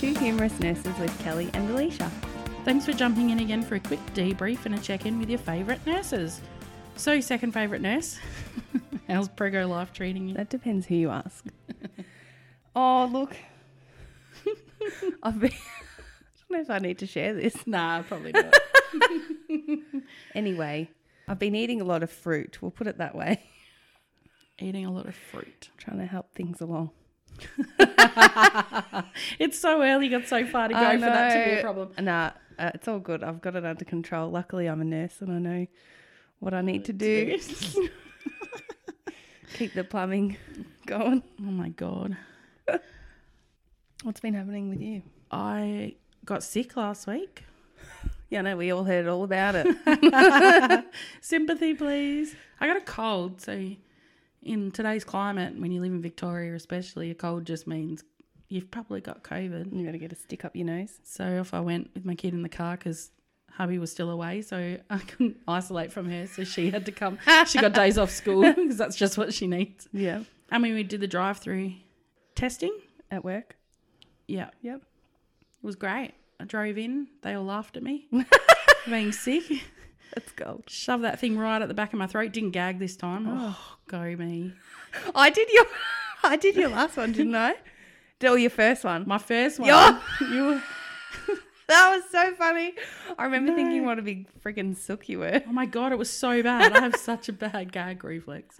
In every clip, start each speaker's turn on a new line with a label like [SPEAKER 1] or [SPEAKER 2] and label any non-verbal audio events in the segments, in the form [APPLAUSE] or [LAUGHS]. [SPEAKER 1] Humorous Nurses with Kelly and Alicia.
[SPEAKER 2] Thanks for jumping in again for a quick debrief and a check in with your favourite nurses. So, second favourite nurse, [LAUGHS] how's Prego life treating you?
[SPEAKER 1] That depends who you ask. [LAUGHS] oh, look. [LAUGHS] I've been. [LAUGHS] I don't know if I need to share this.
[SPEAKER 2] Nah, probably not.
[SPEAKER 1] Anyway, I've been eating a lot of fruit. We'll put it that way.
[SPEAKER 2] [LAUGHS]
[SPEAKER 1] [LAUGHS]
[SPEAKER 2] Eating a lot of fruit. [LAUGHS]
[SPEAKER 1] trying to help things along.
[SPEAKER 2] It's so early, got so far to go for that to be a problem.
[SPEAKER 1] Nah, uh, it's all good. I've got it under control. Luckily, I'm a nurse and I know what I need to do. [LAUGHS] Keep the plumbing going.
[SPEAKER 2] oh my god.
[SPEAKER 1] What's been happening with you?
[SPEAKER 2] I got sick last week.
[SPEAKER 1] Yeah, no, we all heard all about it. [LAUGHS]
[SPEAKER 2] Sympathy, please. I got a cold, so in today's climate, when you live in Victoria especially, a cold just means you've probably got COVID.
[SPEAKER 1] you got to get a stick up your nose.
[SPEAKER 2] So off I went with my kid in the car because hubby was still away, so [LAUGHS] I couldn't isolate from her. So she had to [LAUGHS] come. She got days off school because that's just what she needs.
[SPEAKER 1] Yeah.
[SPEAKER 2] I mean, we did the drive-through testing.
[SPEAKER 1] At work.
[SPEAKER 2] Yeah,
[SPEAKER 1] Yep.
[SPEAKER 2] it was great. I drove in. They all laughed at [LAUGHS] me being sick.
[SPEAKER 1] That's gold.
[SPEAKER 2] Shoved that thing right at the back of my throat. Didn't gag this time. Oh, go me.
[SPEAKER 1] I did your, [LAUGHS] I did your last one, didn't I? Did all your first [LAUGHS] one.
[SPEAKER 2] My first one.
[SPEAKER 1] Yeah.
[SPEAKER 2] [LAUGHS] You.
[SPEAKER 1] That was so funny. I remember thinking what a big freaking sook you were.
[SPEAKER 2] Oh my god, it was so bad. I have
[SPEAKER 1] [LAUGHS]
[SPEAKER 2] such a bad gag reflex.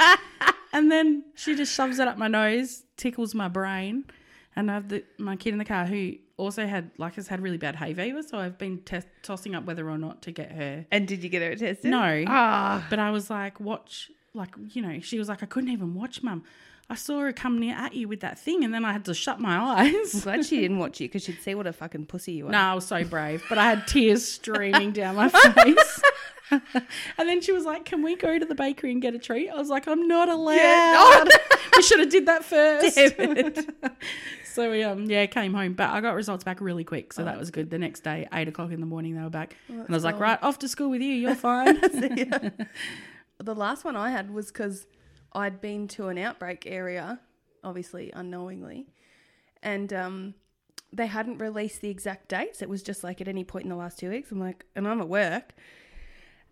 [SPEAKER 2] and then she just shoves it up my nose, tickles my brain, and I have the, my kid in the car who also had like has had really bad hay fever, so I've been test tossing up whether or not to get her.
[SPEAKER 1] And did you get it tested?
[SPEAKER 2] No.
[SPEAKER 1] Ah.
[SPEAKER 2] But I was like, watch, like you know, she was like, I couldn't even watch, mum. I saw her come near at you with that thing, and then I had to shut my [LAUGHS] eyes.
[SPEAKER 1] Glad she didn't watch you because she'd see what a fucking pussy you are.
[SPEAKER 2] No, I was so brave, but I had tears streaming
[SPEAKER 1] [LAUGHS]
[SPEAKER 2] down my face. [LAUGHS] and then she was like, "Can we go to the bakery and get a treat?" I was like, "I'm not allowed. [LAUGHS] we should have did that first.
[SPEAKER 1] [LAUGHS] Damn it.
[SPEAKER 2] [LAUGHS] so we um yeah came home, but I got results back really quick, so
[SPEAKER 1] Oh,
[SPEAKER 2] that was good. The next day, eight o'clock in the morning, they were back, and I was like, "Right, off to school with you.
[SPEAKER 1] [LAUGHS]
[SPEAKER 2] You're fine."
[SPEAKER 1] Yeah. the last one I had was because I'd been to an outbreak area, obviously unknowingly, and um, they hadn't released the exact dates. It was just like at any point in the last two weeks. I'm like, and I'm at work.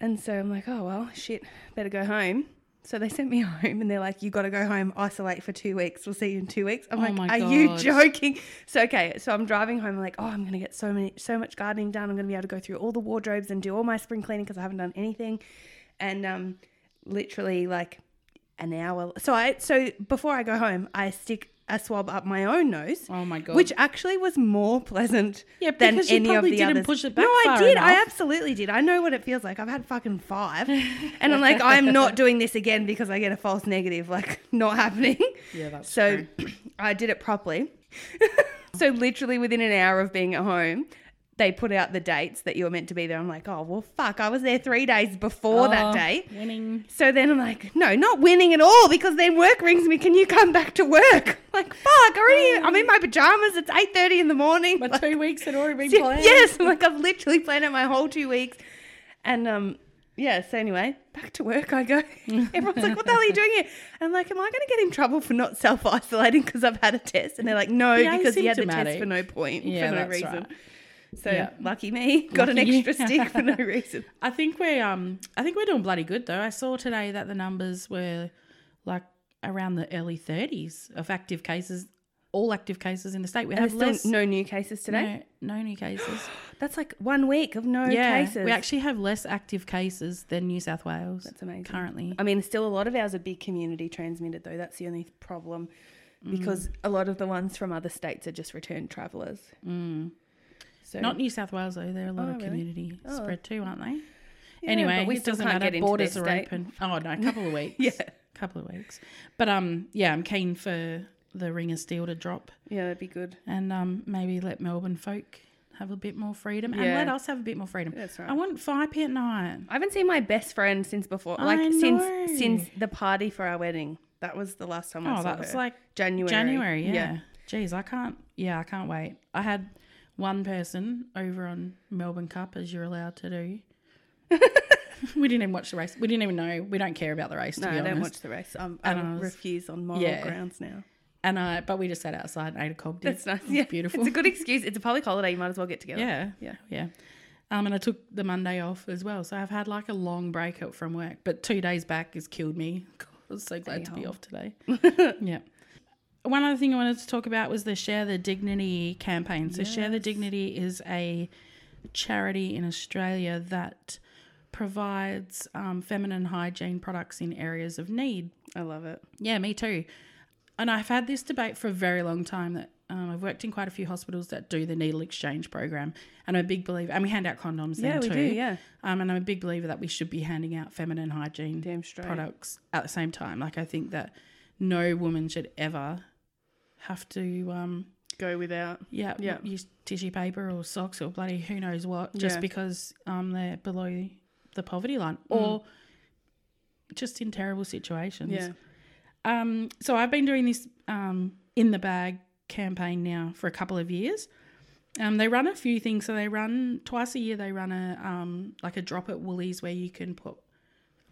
[SPEAKER 1] And so I'm like, oh, well, shit, better go home. So they sent me [LAUGHS] home and they're like, you got to go home, isolate for two weeks. We'll see you in two weeks. I'm
[SPEAKER 2] Oh
[SPEAKER 1] like,
[SPEAKER 2] my
[SPEAKER 1] are you [LAUGHS]
[SPEAKER 2] God.
[SPEAKER 1] joking? So, okay. So I'm driving home. I'm like, oh, I'm going to get so many, so much gardening done. I'm going to be able to go through all the wardrobes and do all my spring cleaning because I haven't done anything. And um, literally like an hour. So I, so before I go home, I stick a swab up my own nose.
[SPEAKER 2] Oh my God.
[SPEAKER 1] Which actually was more pleasant
[SPEAKER 2] Yeah,
[SPEAKER 1] than
[SPEAKER 2] because you
[SPEAKER 1] any of
[SPEAKER 2] probably
[SPEAKER 1] the
[SPEAKER 2] didn't
[SPEAKER 1] others.
[SPEAKER 2] push it back
[SPEAKER 1] no, I
[SPEAKER 2] far
[SPEAKER 1] did. I
[SPEAKER 2] enough.
[SPEAKER 1] absolutely did. I know what it feels like. I've had fucking
[SPEAKER 2] [LAUGHS]
[SPEAKER 1] five, and I'm like, I'm not doing this again because I get a false negative. Like, not happening.
[SPEAKER 2] Yeah, that's
[SPEAKER 1] so. [CLEARS THROAT] I did it properly. [LAUGHS] so literally within an hour of being at home. They put out the dates that you were meant to be there. I'm like, oh well, fuck! I was there three days before that day.
[SPEAKER 2] Oh,
[SPEAKER 1] [LAUGHS]
[SPEAKER 2] winning.
[SPEAKER 1] So then I'm like, no, not winning at all because then work rings me. Can you come back to work? [LAUGHS] Like, fuck, already, I'm in my pajamas. It's 8.30 in the morning. [LAUGHS]
[SPEAKER 2] My
[SPEAKER 1] Like,
[SPEAKER 2] two weeks had already been
[SPEAKER 1] se-
[SPEAKER 2] planned.
[SPEAKER 1] yes, [LAUGHS] I'm like I've literally planned out my whole two weeks. And um, yeah, so anyway, back to work I go. [LAUGHS] Everyone's like, what the hell are you doing here? And I'm like, am I going to get in trouble for not self-isolating because I've had a test? And they're like, no,
[SPEAKER 2] Be
[SPEAKER 1] because you had the test
[SPEAKER 2] asymptomatic.
[SPEAKER 1] for no point,
[SPEAKER 2] Yeah,
[SPEAKER 1] for no
[SPEAKER 2] that's
[SPEAKER 1] reason.
[SPEAKER 2] right.
[SPEAKER 1] So
[SPEAKER 2] Yeah.
[SPEAKER 1] lucky me, [LAUGHS] got
[SPEAKER 2] Lucky
[SPEAKER 1] an
[SPEAKER 2] you.
[SPEAKER 1] extra stick for
[SPEAKER 2] [LAUGHS]
[SPEAKER 1] no reason.
[SPEAKER 2] I think we're um I think we're doing bloody good though. I saw today that the numbers were like around the early 30s of active cases, all active cases in the state. We
[SPEAKER 1] And
[SPEAKER 2] have
[SPEAKER 1] there's
[SPEAKER 2] less
[SPEAKER 1] still no new cases today.
[SPEAKER 2] no, no new cases.
[SPEAKER 1] That's like one week of [GASPS] no
[SPEAKER 2] yeah,
[SPEAKER 1] cases.
[SPEAKER 2] we actually have less active cases than New South Wales.
[SPEAKER 1] That's amazing.
[SPEAKER 2] Currently,
[SPEAKER 1] I mean, still a lot of ours are big community transmitted, though. That's the only problem
[SPEAKER 2] Mm.
[SPEAKER 1] because a lot of the ones from other states are just returned travellers. Mm. So
[SPEAKER 2] not New South Wales though. They're a lot
[SPEAKER 1] Oh,
[SPEAKER 2] of
[SPEAKER 1] really?
[SPEAKER 2] community
[SPEAKER 1] Oh.
[SPEAKER 2] spread too, aren't they?
[SPEAKER 1] Yeah,
[SPEAKER 2] anyway,
[SPEAKER 1] but we
[SPEAKER 2] it
[SPEAKER 1] still
[SPEAKER 2] doesn't
[SPEAKER 1] can't
[SPEAKER 2] matter.
[SPEAKER 1] get into
[SPEAKER 2] Borders
[SPEAKER 1] their
[SPEAKER 2] are
[SPEAKER 1] state.
[SPEAKER 2] open.
[SPEAKER 1] [LAUGHS]
[SPEAKER 2] Oh no, a couple of weeks.
[SPEAKER 1] Yeah.
[SPEAKER 2] couple of weeks. But um, yeah, I'm keen for the Ring of Steel to drop.
[SPEAKER 1] yeah, that'd be good.
[SPEAKER 2] and um, maybe let Melbourne folk have a bit more freedom
[SPEAKER 1] Yeah.
[SPEAKER 2] and let us have a bit more freedom.
[SPEAKER 1] That's right.
[SPEAKER 2] I want five pet night.
[SPEAKER 1] I haven't seen my best friend since before,
[SPEAKER 2] I
[SPEAKER 1] like
[SPEAKER 2] know.
[SPEAKER 1] since since the party for our wedding. That was the last time I
[SPEAKER 2] Oh,
[SPEAKER 1] saw
[SPEAKER 2] that was
[SPEAKER 1] her.
[SPEAKER 2] like
[SPEAKER 1] January.
[SPEAKER 2] January, yeah. Jeez, I can't. Yeah, I can't wait. I had one person over on Melbourne Cup, as you're allowed to do. [LAUGHS] we didn't even watch the race. We didn't even know. We don't care about the race. To
[SPEAKER 1] No,
[SPEAKER 2] be
[SPEAKER 1] I
[SPEAKER 2] honest.
[SPEAKER 1] don't watch the race. I'm, I
[SPEAKER 2] And I was-
[SPEAKER 1] refuse on moral
[SPEAKER 2] Yeah.
[SPEAKER 1] grounds now.
[SPEAKER 2] And I, but we just sat outside and ate a cob. dip.
[SPEAKER 1] That's nice.
[SPEAKER 2] It was
[SPEAKER 1] Yeah,
[SPEAKER 2] beautiful.
[SPEAKER 1] It's a good excuse. It's a public holiday. You might as well get together.
[SPEAKER 2] Yeah.
[SPEAKER 1] Yeah.
[SPEAKER 2] Yeah. Um, and I took the Monday off as well. So I've had like a long break out from work, but two days back has killed me. [LAUGHS] God, I was so glad to be
[SPEAKER 1] Anyhow.
[SPEAKER 2] off today. yeah. One other thing I wanted to talk about was the Share the Dignity campaign. So, Share the Dignity is a charity in Australia that provides um, feminine hygiene products in areas of need.
[SPEAKER 1] I love it.
[SPEAKER 2] Yeah, me too. And I've had this debate for a very long time that um, I've worked in quite a few hospitals that do the needle exchange program. And I'm a big believer, and we hand out condoms
[SPEAKER 1] Yeah,
[SPEAKER 2] then
[SPEAKER 1] we
[SPEAKER 2] too.
[SPEAKER 1] do. Yeah,
[SPEAKER 2] Um, and I'm a big believer that we should be handing out feminine hygiene
[SPEAKER 1] damn straight.
[SPEAKER 2] products at the same time. Like, I think that no woman should ever have to, um,
[SPEAKER 1] Go without.
[SPEAKER 2] yeah,
[SPEAKER 1] Yeah.
[SPEAKER 2] use tissue paper or socks or bloody who knows what just
[SPEAKER 1] Yeah. Mm.
[SPEAKER 2] because um, they're below the poverty line or just in terrible situations.
[SPEAKER 1] Yeah,
[SPEAKER 2] Um, so I've been doing this um, in the bag campaign now for a couple of years. Um, they run a few things. So they run twice a year. They run a um, like a drop at Woolies where you can put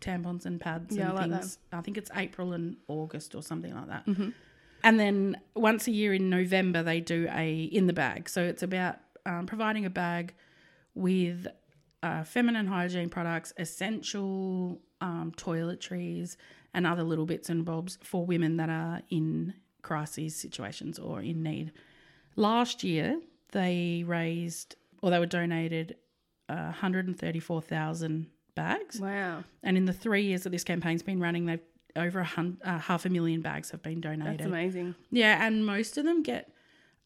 [SPEAKER 2] tampons and pads
[SPEAKER 1] Yeah,
[SPEAKER 2] and
[SPEAKER 1] I like that. Mm-hmm.
[SPEAKER 2] things. I think it's April and August or something like that. And then once a year in November they do a in the bag. So it's about um, providing a bag with uh, feminine hygiene products, essential um, toiletries, and other little bits and bobs for women that are in crises situations or in need. Last year, they raised or they were donated uh, 134,000 bags.
[SPEAKER 1] wow,
[SPEAKER 2] And in the three years that this campaign's been running, they've over a hun- uh, half a million bags have been donated.
[SPEAKER 1] that's amazing.
[SPEAKER 2] Yeah, and most of them get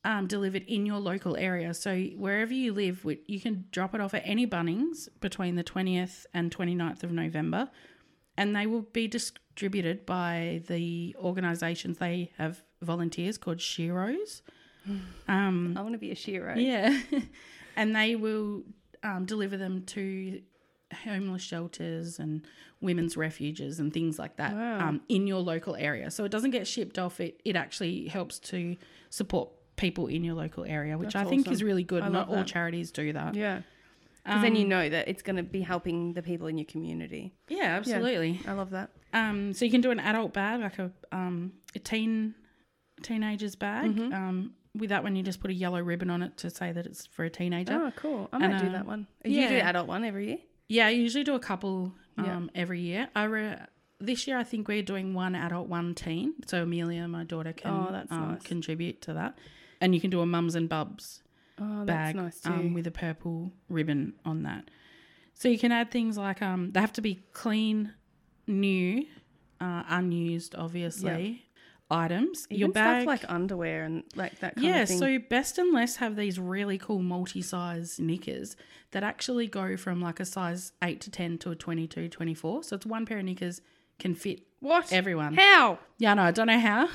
[SPEAKER 2] um, delivered in your local area. So wherever you live, wi- you can drop it off at any Bunnings between the 20th and 29th of November, and they will be distributed by the organisations they have volunteers called Shiros. Um,
[SPEAKER 1] I want to be a shiro.
[SPEAKER 2] yeah. [LAUGHS] and they will um, deliver them to homeless shelters and women's refuges and things like that
[SPEAKER 1] Wow.
[SPEAKER 2] um, in your local area. So it doesn't get shipped off. It, it actually helps to support people in your local area, which
[SPEAKER 1] That's
[SPEAKER 2] I think is
[SPEAKER 1] awesome.
[SPEAKER 2] really good.
[SPEAKER 1] I
[SPEAKER 2] Not
[SPEAKER 1] love
[SPEAKER 2] all
[SPEAKER 1] that.
[SPEAKER 2] charities do that.
[SPEAKER 1] yeah. Because then you
[SPEAKER 2] Um,
[SPEAKER 1] know that it's going to be helping the people in your community.
[SPEAKER 2] Yeah, absolutely.
[SPEAKER 1] I love that.
[SPEAKER 2] Um, so you can do an adult bag, like a um, a teen teenager's bag.
[SPEAKER 1] Mm-hmm.
[SPEAKER 2] Um, with that one, you just put a yellow ribbon on it to say that it's for a teenager.
[SPEAKER 1] Oh, cool. I might
[SPEAKER 2] And,
[SPEAKER 1] do
[SPEAKER 2] uh,
[SPEAKER 1] that one. You
[SPEAKER 2] yeah.
[SPEAKER 1] do adult one every year?
[SPEAKER 2] Yeah, I usually do a couple
[SPEAKER 1] Yeah.
[SPEAKER 2] um, every year. I re- this year I think we're doing one adult, one teen. So Amelia, my daughter, can
[SPEAKER 1] Oh, that's
[SPEAKER 2] um,
[SPEAKER 1] nice.
[SPEAKER 2] contribute to that. And you can do a mums and bubs
[SPEAKER 1] Oh, that's
[SPEAKER 2] bag
[SPEAKER 1] nice too.
[SPEAKER 2] um, with a purple ribbon on that. So you can add things like um, they have to be clean, new, uh, unused, obviously items.
[SPEAKER 1] Even
[SPEAKER 2] Your bag,
[SPEAKER 1] stuff like underwear and like that kind
[SPEAKER 2] yeah,
[SPEAKER 1] of thing.
[SPEAKER 2] so Best and Less have these really cool multi-size knickers that actually go from like a size 8 to 10 to a 22, 24. So it's one pair of knickers can fit
[SPEAKER 1] what?
[SPEAKER 2] everyone.
[SPEAKER 1] How?
[SPEAKER 2] Yeah, no, I don't
[SPEAKER 1] [LAUGHS]
[SPEAKER 2] know how,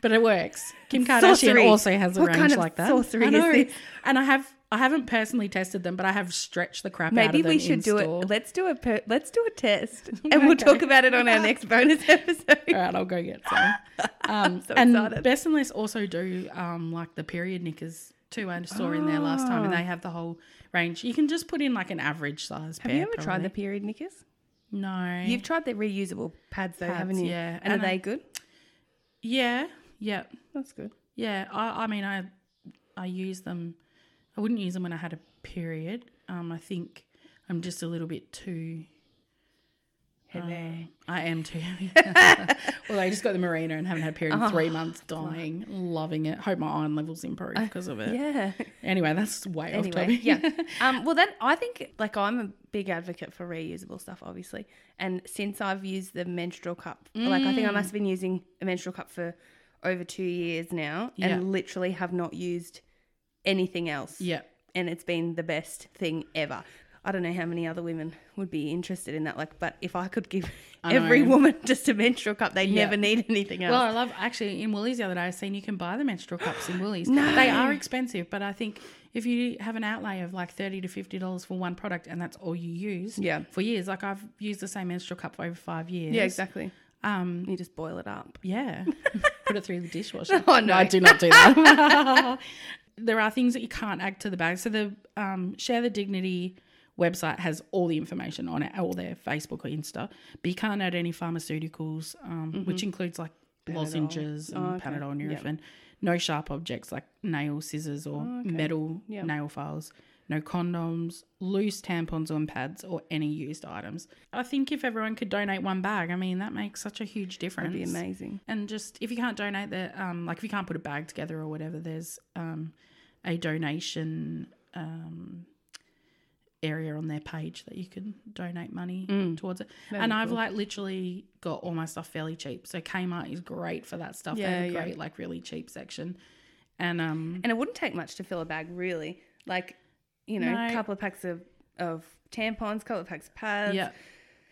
[SPEAKER 2] but it works. Kim Kardashian
[SPEAKER 1] Sorcery.
[SPEAKER 2] also has a
[SPEAKER 1] What
[SPEAKER 2] range
[SPEAKER 1] kind of
[SPEAKER 2] like that.
[SPEAKER 1] sorcery
[SPEAKER 2] I
[SPEAKER 1] is
[SPEAKER 2] know.
[SPEAKER 1] this?
[SPEAKER 2] And I have I haven't personally tested them, but I have stretched the crap out of
[SPEAKER 1] Maybe
[SPEAKER 2] them
[SPEAKER 1] we should
[SPEAKER 2] in
[SPEAKER 1] do
[SPEAKER 2] store.
[SPEAKER 1] it. Let's do a per- let's do a test, and [LAUGHS] we'll talk about it on our next bonus
[SPEAKER 2] All
[SPEAKER 1] episode.
[SPEAKER 2] right, I'll go get
[SPEAKER 1] [LAUGHS]
[SPEAKER 2] some. Um,
[SPEAKER 1] so
[SPEAKER 2] and
[SPEAKER 1] excited.
[SPEAKER 2] Best and Less also do um, like the period knickers too. I saw in there last time,
[SPEAKER 1] Ah.
[SPEAKER 2] and they have the whole range. You can just put in like an average size.
[SPEAKER 1] Have you ever tried the period knickers?
[SPEAKER 2] the? No.
[SPEAKER 1] You've tried the reusable pads though,
[SPEAKER 2] Pads,
[SPEAKER 1] haven't you?
[SPEAKER 2] yeah.
[SPEAKER 1] And,
[SPEAKER 2] And
[SPEAKER 1] are
[SPEAKER 2] I-
[SPEAKER 1] they good?
[SPEAKER 2] yeah, yeah,
[SPEAKER 1] That's good.
[SPEAKER 2] yeah. I, I mean, I I use them. I wouldn't use them when I had a period. Um, I think I'm just a little bit too. um,
[SPEAKER 1] Hello.
[SPEAKER 2] I
[SPEAKER 1] [LAUGHS]
[SPEAKER 2] am too. [LAUGHS] well, I just got the marina and haven't had a period
[SPEAKER 1] Oh.
[SPEAKER 2] in three months. Dying, loving it. Hope my iron levels improve because of it.
[SPEAKER 1] yeah.
[SPEAKER 2] Anyway, that's way off
[SPEAKER 1] [LAUGHS] anyway,
[SPEAKER 2] topic.
[SPEAKER 1] yeah. [LAUGHS] Um, well, that I think like I'm a big advocate for reusable stuff, obviously. And since I've used the menstrual cup, like I think I must have been using a menstrual cup for over two years now,
[SPEAKER 2] Yeah.
[SPEAKER 1] and literally have not used anything else.
[SPEAKER 2] [LAUGHS] yeah.
[SPEAKER 1] and it's been the best thing ever. I don't know how many other women would be interested in that, like, but if I could give
[SPEAKER 2] I know.
[SPEAKER 1] every woman [LAUGHS] just a menstrual cup, they'd
[SPEAKER 2] Yeah.
[SPEAKER 1] never need anything else.
[SPEAKER 2] Well, I love actually in Woolies the other day. I seen you can buy the menstrual cups in Woolies. They are expensive, but I think if you have an outlay of like thirty to fifty dollars for one product and that's all you use,
[SPEAKER 1] Yeah.
[SPEAKER 2] for years. Like I've used the same menstrual cup for over five years.
[SPEAKER 1] yeah, exactly.
[SPEAKER 2] Um,
[SPEAKER 1] You just boil it up.
[SPEAKER 2] yeah. [LAUGHS] Put it through the dishwasher.
[SPEAKER 1] Oh,
[SPEAKER 2] I
[SPEAKER 1] no.
[SPEAKER 2] do not do that. [LAUGHS] there are things that you can't add to the bag. So the um, Share the Dignity website has all the information on it, all their Facebook or Insta, but you can't add any pharmaceuticals, um, which includes like
[SPEAKER 1] Mm-hmm. Panadol.
[SPEAKER 2] lozenges and
[SPEAKER 1] Oh, okay.
[SPEAKER 2] Panadol,
[SPEAKER 1] Yep.
[SPEAKER 2] Nurofen. No sharp objects like nail scissors or
[SPEAKER 1] Oh, okay.
[SPEAKER 2] metal
[SPEAKER 1] Yep.
[SPEAKER 2] nail files. No condoms, loose tampons and pads, or any used items. I think if everyone could donate one bag, I mean that makes such a huge difference.
[SPEAKER 1] That'd be amazing.
[SPEAKER 2] And just if you can't donate the um like if you can't put a bag together or whatever, there's um a donation um area on their page that you can donate money towards it.
[SPEAKER 1] That'd
[SPEAKER 2] and
[SPEAKER 1] be
[SPEAKER 2] I've
[SPEAKER 1] Mm. cool.
[SPEAKER 2] like literally got all my stuff fairly cheap. So Kmart is great for that stuff. they
[SPEAKER 1] Yeah,
[SPEAKER 2] have a
[SPEAKER 1] yeah.
[SPEAKER 2] great like really cheap section. And um
[SPEAKER 1] And it wouldn't take much to fill a bag, really. Like, you know, a
[SPEAKER 2] No.
[SPEAKER 1] couple of packs of, of tampons, couple of packs of pads.
[SPEAKER 2] yeah.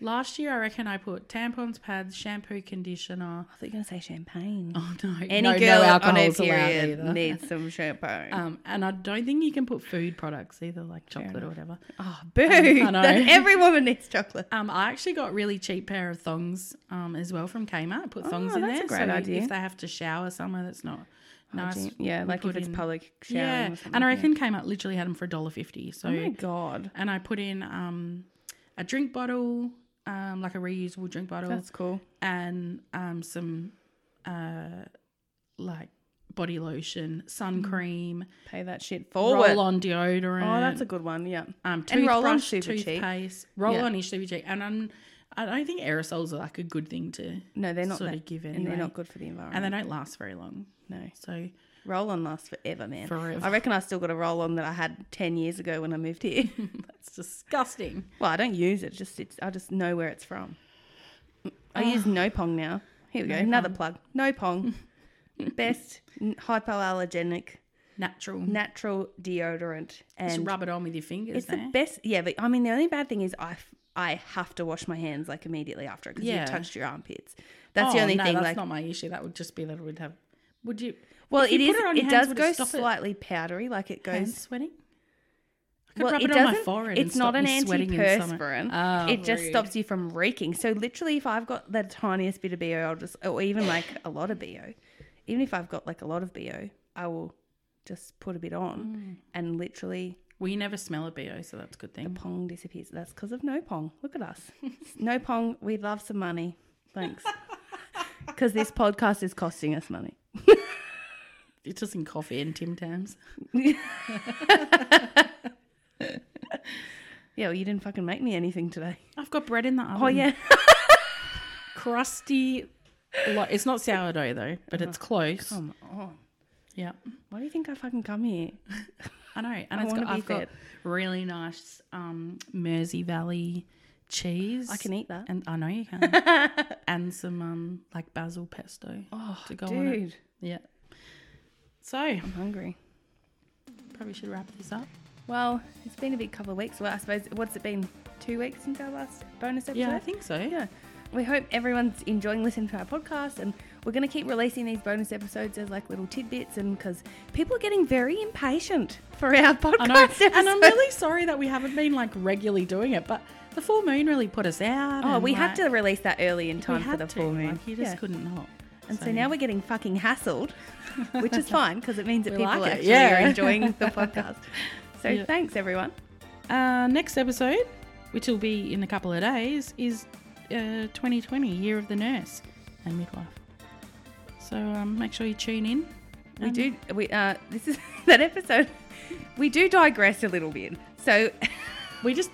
[SPEAKER 2] Last year I reckon I put tampons, pads,
[SPEAKER 1] [LAUGHS]
[SPEAKER 2] shampoo, conditioner.
[SPEAKER 1] I thought you were going to say champagne.
[SPEAKER 2] Oh no.
[SPEAKER 1] Any
[SPEAKER 2] no, no
[SPEAKER 1] girl on her
[SPEAKER 2] alcohol's allowed
[SPEAKER 1] period
[SPEAKER 2] either.
[SPEAKER 1] needs some champagne.
[SPEAKER 2] Um, and I don't think you can put food products either, like chocolate or whatever.
[SPEAKER 1] oh, boo.
[SPEAKER 2] I
[SPEAKER 1] [LAUGHS]
[SPEAKER 2] know.
[SPEAKER 1] That- every woman needs chocolate.
[SPEAKER 2] Um, I actually got a really cheap pair of thongs um, as well from Kmart. I put thongs
[SPEAKER 1] Oh,
[SPEAKER 2] in
[SPEAKER 1] that's
[SPEAKER 2] there.
[SPEAKER 1] a great
[SPEAKER 2] so
[SPEAKER 1] idea. Oh,
[SPEAKER 2] If they have to shower somewhere that's not nice.
[SPEAKER 1] Hygiene. yeah,
[SPEAKER 2] Oh, we
[SPEAKER 1] like if
[SPEAKER 2] put
[SPEAKER 1] it's
[SPEAKER 2] in-
[SPEAKER 1] public showering.
[SPEAKER 2] Yeah.
[SPEAKER 1] or something.
[SPEAKER 2] And I reckon Kmart literally had them for $1.50. So,
[SPEAKER 1] Oh my God.
[SPEAKER 2] and I put in um, a drink bottle, um, like a reusable drink bottle,
[SPEAKER 1] That's cool.
[SPEAKER 2] and um, some uh, like body lotion, sun cream,
[SPEAKER 1] Pay that shit
[SPEAKER 2] roll
[SPEAKER 1] forward.
[SPEAKER 2] on deodorant.
[SPEAKER 1] Mm. Oh, that's a good one. Yeah.
[SPEAKER 2] um,
[SPEAKER 1] And
[SPEAKER 2] toothbrush,
[SPEAKER 1] roll-on super cheap.
[SPEAKER 2] toothpaste, roll
[SPEAKER 1] Yeah.
[SPEAKER 2] on is super cheap. And I'm, I don't think aerosols are like a good thing to
[SPEAKER 1] No, they're not
[SPEAKER 2] sort
[SPEAKER 1] that.
[SPEAKER 2] of give anyway.
[SPEAKER 1] and they're not good for the environment.
[SPEAKER 2] And they don't last very long.
[SPEAKER 1] no.
[SPEAKER 2] So
[SPEAKER 1] Roll on lasts forever, man.
[SPEAKER 2] Forever.
[SPEAKER 1] I reckon I still got a roll on that I had 10 years ago when I moved here. [LAUGHS]
[SPEAKER 2] that's disgusting.
[SPEAKER 1] well, I don't use it. Just it's, I just know where it's from. I
[SPEAKER 2] Ah.
[SPEAKER 1] use Nopong now. Here we go. Another plug. Nopong. [LAUGHS] Best n- hypoallergenic
[SPEAKER 2] Natural.
[SPEAKER 1] natural deodorant.
[SPEAKER 2] Just
[SPEAKER 1] And
[SPEAKER 2] rub it on with your fingers.
[SPEAKER 1] it's the
[SPEAKER 2] there.
[SPEAKER 1] best. Yeah, but I mean, the only bad thing is I, f- I have to wash my hands like immediately after because
[SPEAKER 2] Yeah.
[SPEAKER 1] you touched your armpits. That's the
[SPEAKER 2] Oh,
[SPEAKER 1] only
[SPEAKER 2] no,
[SPEAKER 1] thing.
[SPEAKER 2] That's
[SPEAKER 1] like,
[SPEAKER 2] not my issue. That would just be that it would have. Would you?
[SPEAKER 1] well,
[SPEAKER 2] if you
[SPEAKER 1] it
[SPEAKER 2] put
[SPEAKER 1] is.
[SPEAKER 2] it on
[SPEAKER 1] It,
[SPEAKER 2] your hands,
[SPEAKER 1] does
[SPEAKER 2] would it
[SPEAKER 1] go
[SPEAKER 2] stop it?
[SPEAKER 1] slightly powdery. Like it goes.
[SPEAKER 2] Hands sweating. I could
[SPEAKER 1] Well,
[SPEAKER 2] rub
[SPEAKER 1] it
[SPEAKER 2] it, on my
[SPEAKER 1] doesn't-
[SPEAKER 2] forehead.
[SPEAKER 1] It's
[SPEAKER 2] and stop
[SPEAKER 1] not an
[SPEAKER 2] me sweating in summer.
[SPEAKER 1] antiperspirant.
[SPEAKER 2] Oh,
[SPEAKER 1] it just
[SPEAKER 2] rude.
[SPEAKER 1] stops you from reeking. So literally, if I've got the tiniest bit of bo, I'll just, or even like a lot of bo, even if I've got like a lot of bo, I will just put a bit
[SPEAKER 2] Mm.
[SPEAKER 1] on, and literally,
[SPEAKER 2] Well, you never smell a bo, so that's a good thing.
[SPEAKER 1] pong disappears. That's because of no pong. Look at us, [LAUGHS] no pong. We love some money,
[SPEAKER 2] [LAUGHS]
[SPEAKER 1] thanks. Because this podcast is costing us money.
[SPEAKER 2] It's just in coffee and Tim Tams.
[SPEAKER 1] Yeah, well, you didn't fucking make me anything today.
[SPEAKER 2] I've got bread in the oven.
[SPEAKER 1] Oh yeah,
[SPEAKER 2] crusty. Lo- it's not sourdough though, but it's close.
[SPEAKER 1] come on.
[SPEAKER 2] Yeah,
[SPEAKER 1] Why do you think I fucking come here?
[SPEAKER 2] I know. And it's
[SPEAKER 1] wanna
[SPEAKER 2] got,
[SPEAKER 1] be
[SPEAKER 2] I've got
[SPEAKER 1] fed.
[SPEAKER 2] really nice um, Mersey Valley cheese.
[SPEAKER 1] I can eat that.
[SPEAKER 2] and I know
[SPEAKER 1] [LAUGHS]
[SPEAKER 2] you can, and some um, like basil pesto
[SPEAKER 1] Oh,
[SPEAKER 2] to go on it.
[SPEAKER 1] dude,
[SPEAKER 2] Yeah. So
[SPEAKER 1] I'm hungry.
[SPEAKER 2] probably should wrap this up.
[SPEAKER 1] Well, it's been a big couple of weeks. Well, I suppose what's it been? Two weeks since our last bonus episode.
[SPEAKER 2] Yeah, I think so.
[SPEAKER 1] [LAUGHS] Yeah. We hope everyone's enjoying listening to our podcast, and we're going to keep releasing these bonus episodes as like little tidbits, and because people are getting very impatient for our podcast.
[SPEAKER 2] I know,
[SPEAKER 1] [LAUGHS]
[SPEAKER 2] and I'm
[SPEAKER 1] episodes.
[SPEAKER 2] really sorry that we haven't been like regularly doing it, but the full moon really put us out.
[SPEAKER 1] Oh,
[SPEAKER 2] and,
[SPEAKER 1] we
[SPEAKER 2] like,
[SPEAKER 1] had to release that early in
[SPEAKER 2] we
[SPEAKER 1] time for
[SPEAKER 2] had
[SPEAKER 1] the
[SPEAKER 2] to,
[SPEAKER 1] full moon.
[SPEAKER 2] Like, you just
[SPEAKER 1] Yeah.
[SPEAKER 2] couldn't help.
[SPEAKER 1] And so now we're getting fucking hassled, which
[SPEAKER 2] [LAUGHS]
[SPEAKER 1] is fine because it means that
[SPEAKER 2] We
[SPEAKER 1] people
[SPEAKER 2] like it,
[SPEAKER 1] actually
[SPEAKER 2] yeah.
[SPEAKER 1] are enjoying
[SPEAKER 2] [LAUGHS]
[SPEAKER 1] the podcast. So
[SPEAKER 2] Yeah.
[SPEAKER 1] thanks, everyone.
[SPEAKER 2] Uh, next episode, which will be in a couple of days, is uh, 2020 Year of the Nurse and Midwife. So um, make sure you tune in.
[SPEAKER 1] We
[SPEAKER 2] Um,
[SPEAKER 1] do. We uh, this is [LAUGHS] that episode. We do digress a little bit, so
[SPEAKER 2] We just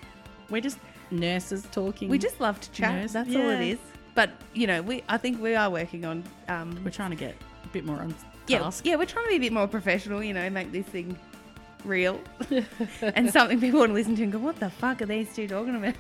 [SPEAKER 2] we're just nurses talking.
[SPEAKER 1] we just love to chat.
[SPEAKER 2] Mm. Yes,
[SPEAKER 1] That's all it
[SPEAKER 2] yeah.
[SPEAKER 1] is. But you know, we I think we are working on. Um,
[SPEAKER 2] we're trying to get a bit more on
[SPEAKER 1] yeah,
[SPEAKER 2] task.
[SPEAKER 1] yeah, we're trying to be a bit more professional. You know, make this thing
[SPEAKER 2] [LAUGHS]
[SPEAKER 1] real and something people want to listen to and go, "What the fuck are these two talking about?"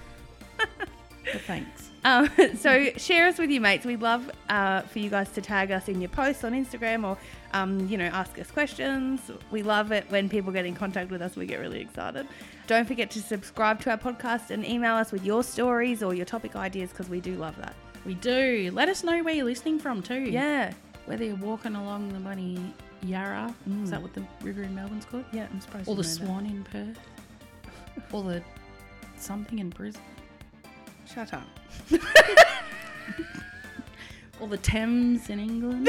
[SPEAKER 2] But thanks.
[SPEAKER 1] Um, [LAUGHS] so share us with your mates. We'd love uh, for you guys to tag us in your posts on Instagram or, um, you know, ask us questions. We love it when people get in contact with us. We get really excited. Don't forget to subscribe to our podcast and email us with your stories or your topic ideas because we do love that.
[SPEAKER 2] We do. Let us know where you're listening from too.
[SPEAKER 1] Yeah.
[SPEAKER 2] Whether you're walking along the bloody Yarra, is that what the river in Melbourne's called?
[SPEAKER 1] Yeah, I'm surprised.
[SPEAKER 2] Or
[SPEAKER 1] you
[SPEAKER 2] the
[SPEAKER 1] know
[SPEAKER 2] Swan in Perth. or the something in Brisbane.
[SPEAKER 1] that. Shut up.
[SPEAKER 2] Or the Thames in England.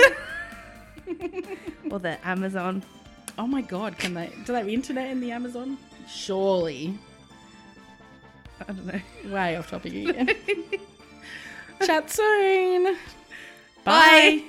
[SPEAKER 1] Or the Amazon. [LAUGHS]
[SPEAKER 2] Oh my god, can they do they have internet in the Amazon? Surely.
[SPEAKER 1] I don't know.
[SPEAKER 2] Way off topic again. Chat soon.
[SPEAKER 1] Bye.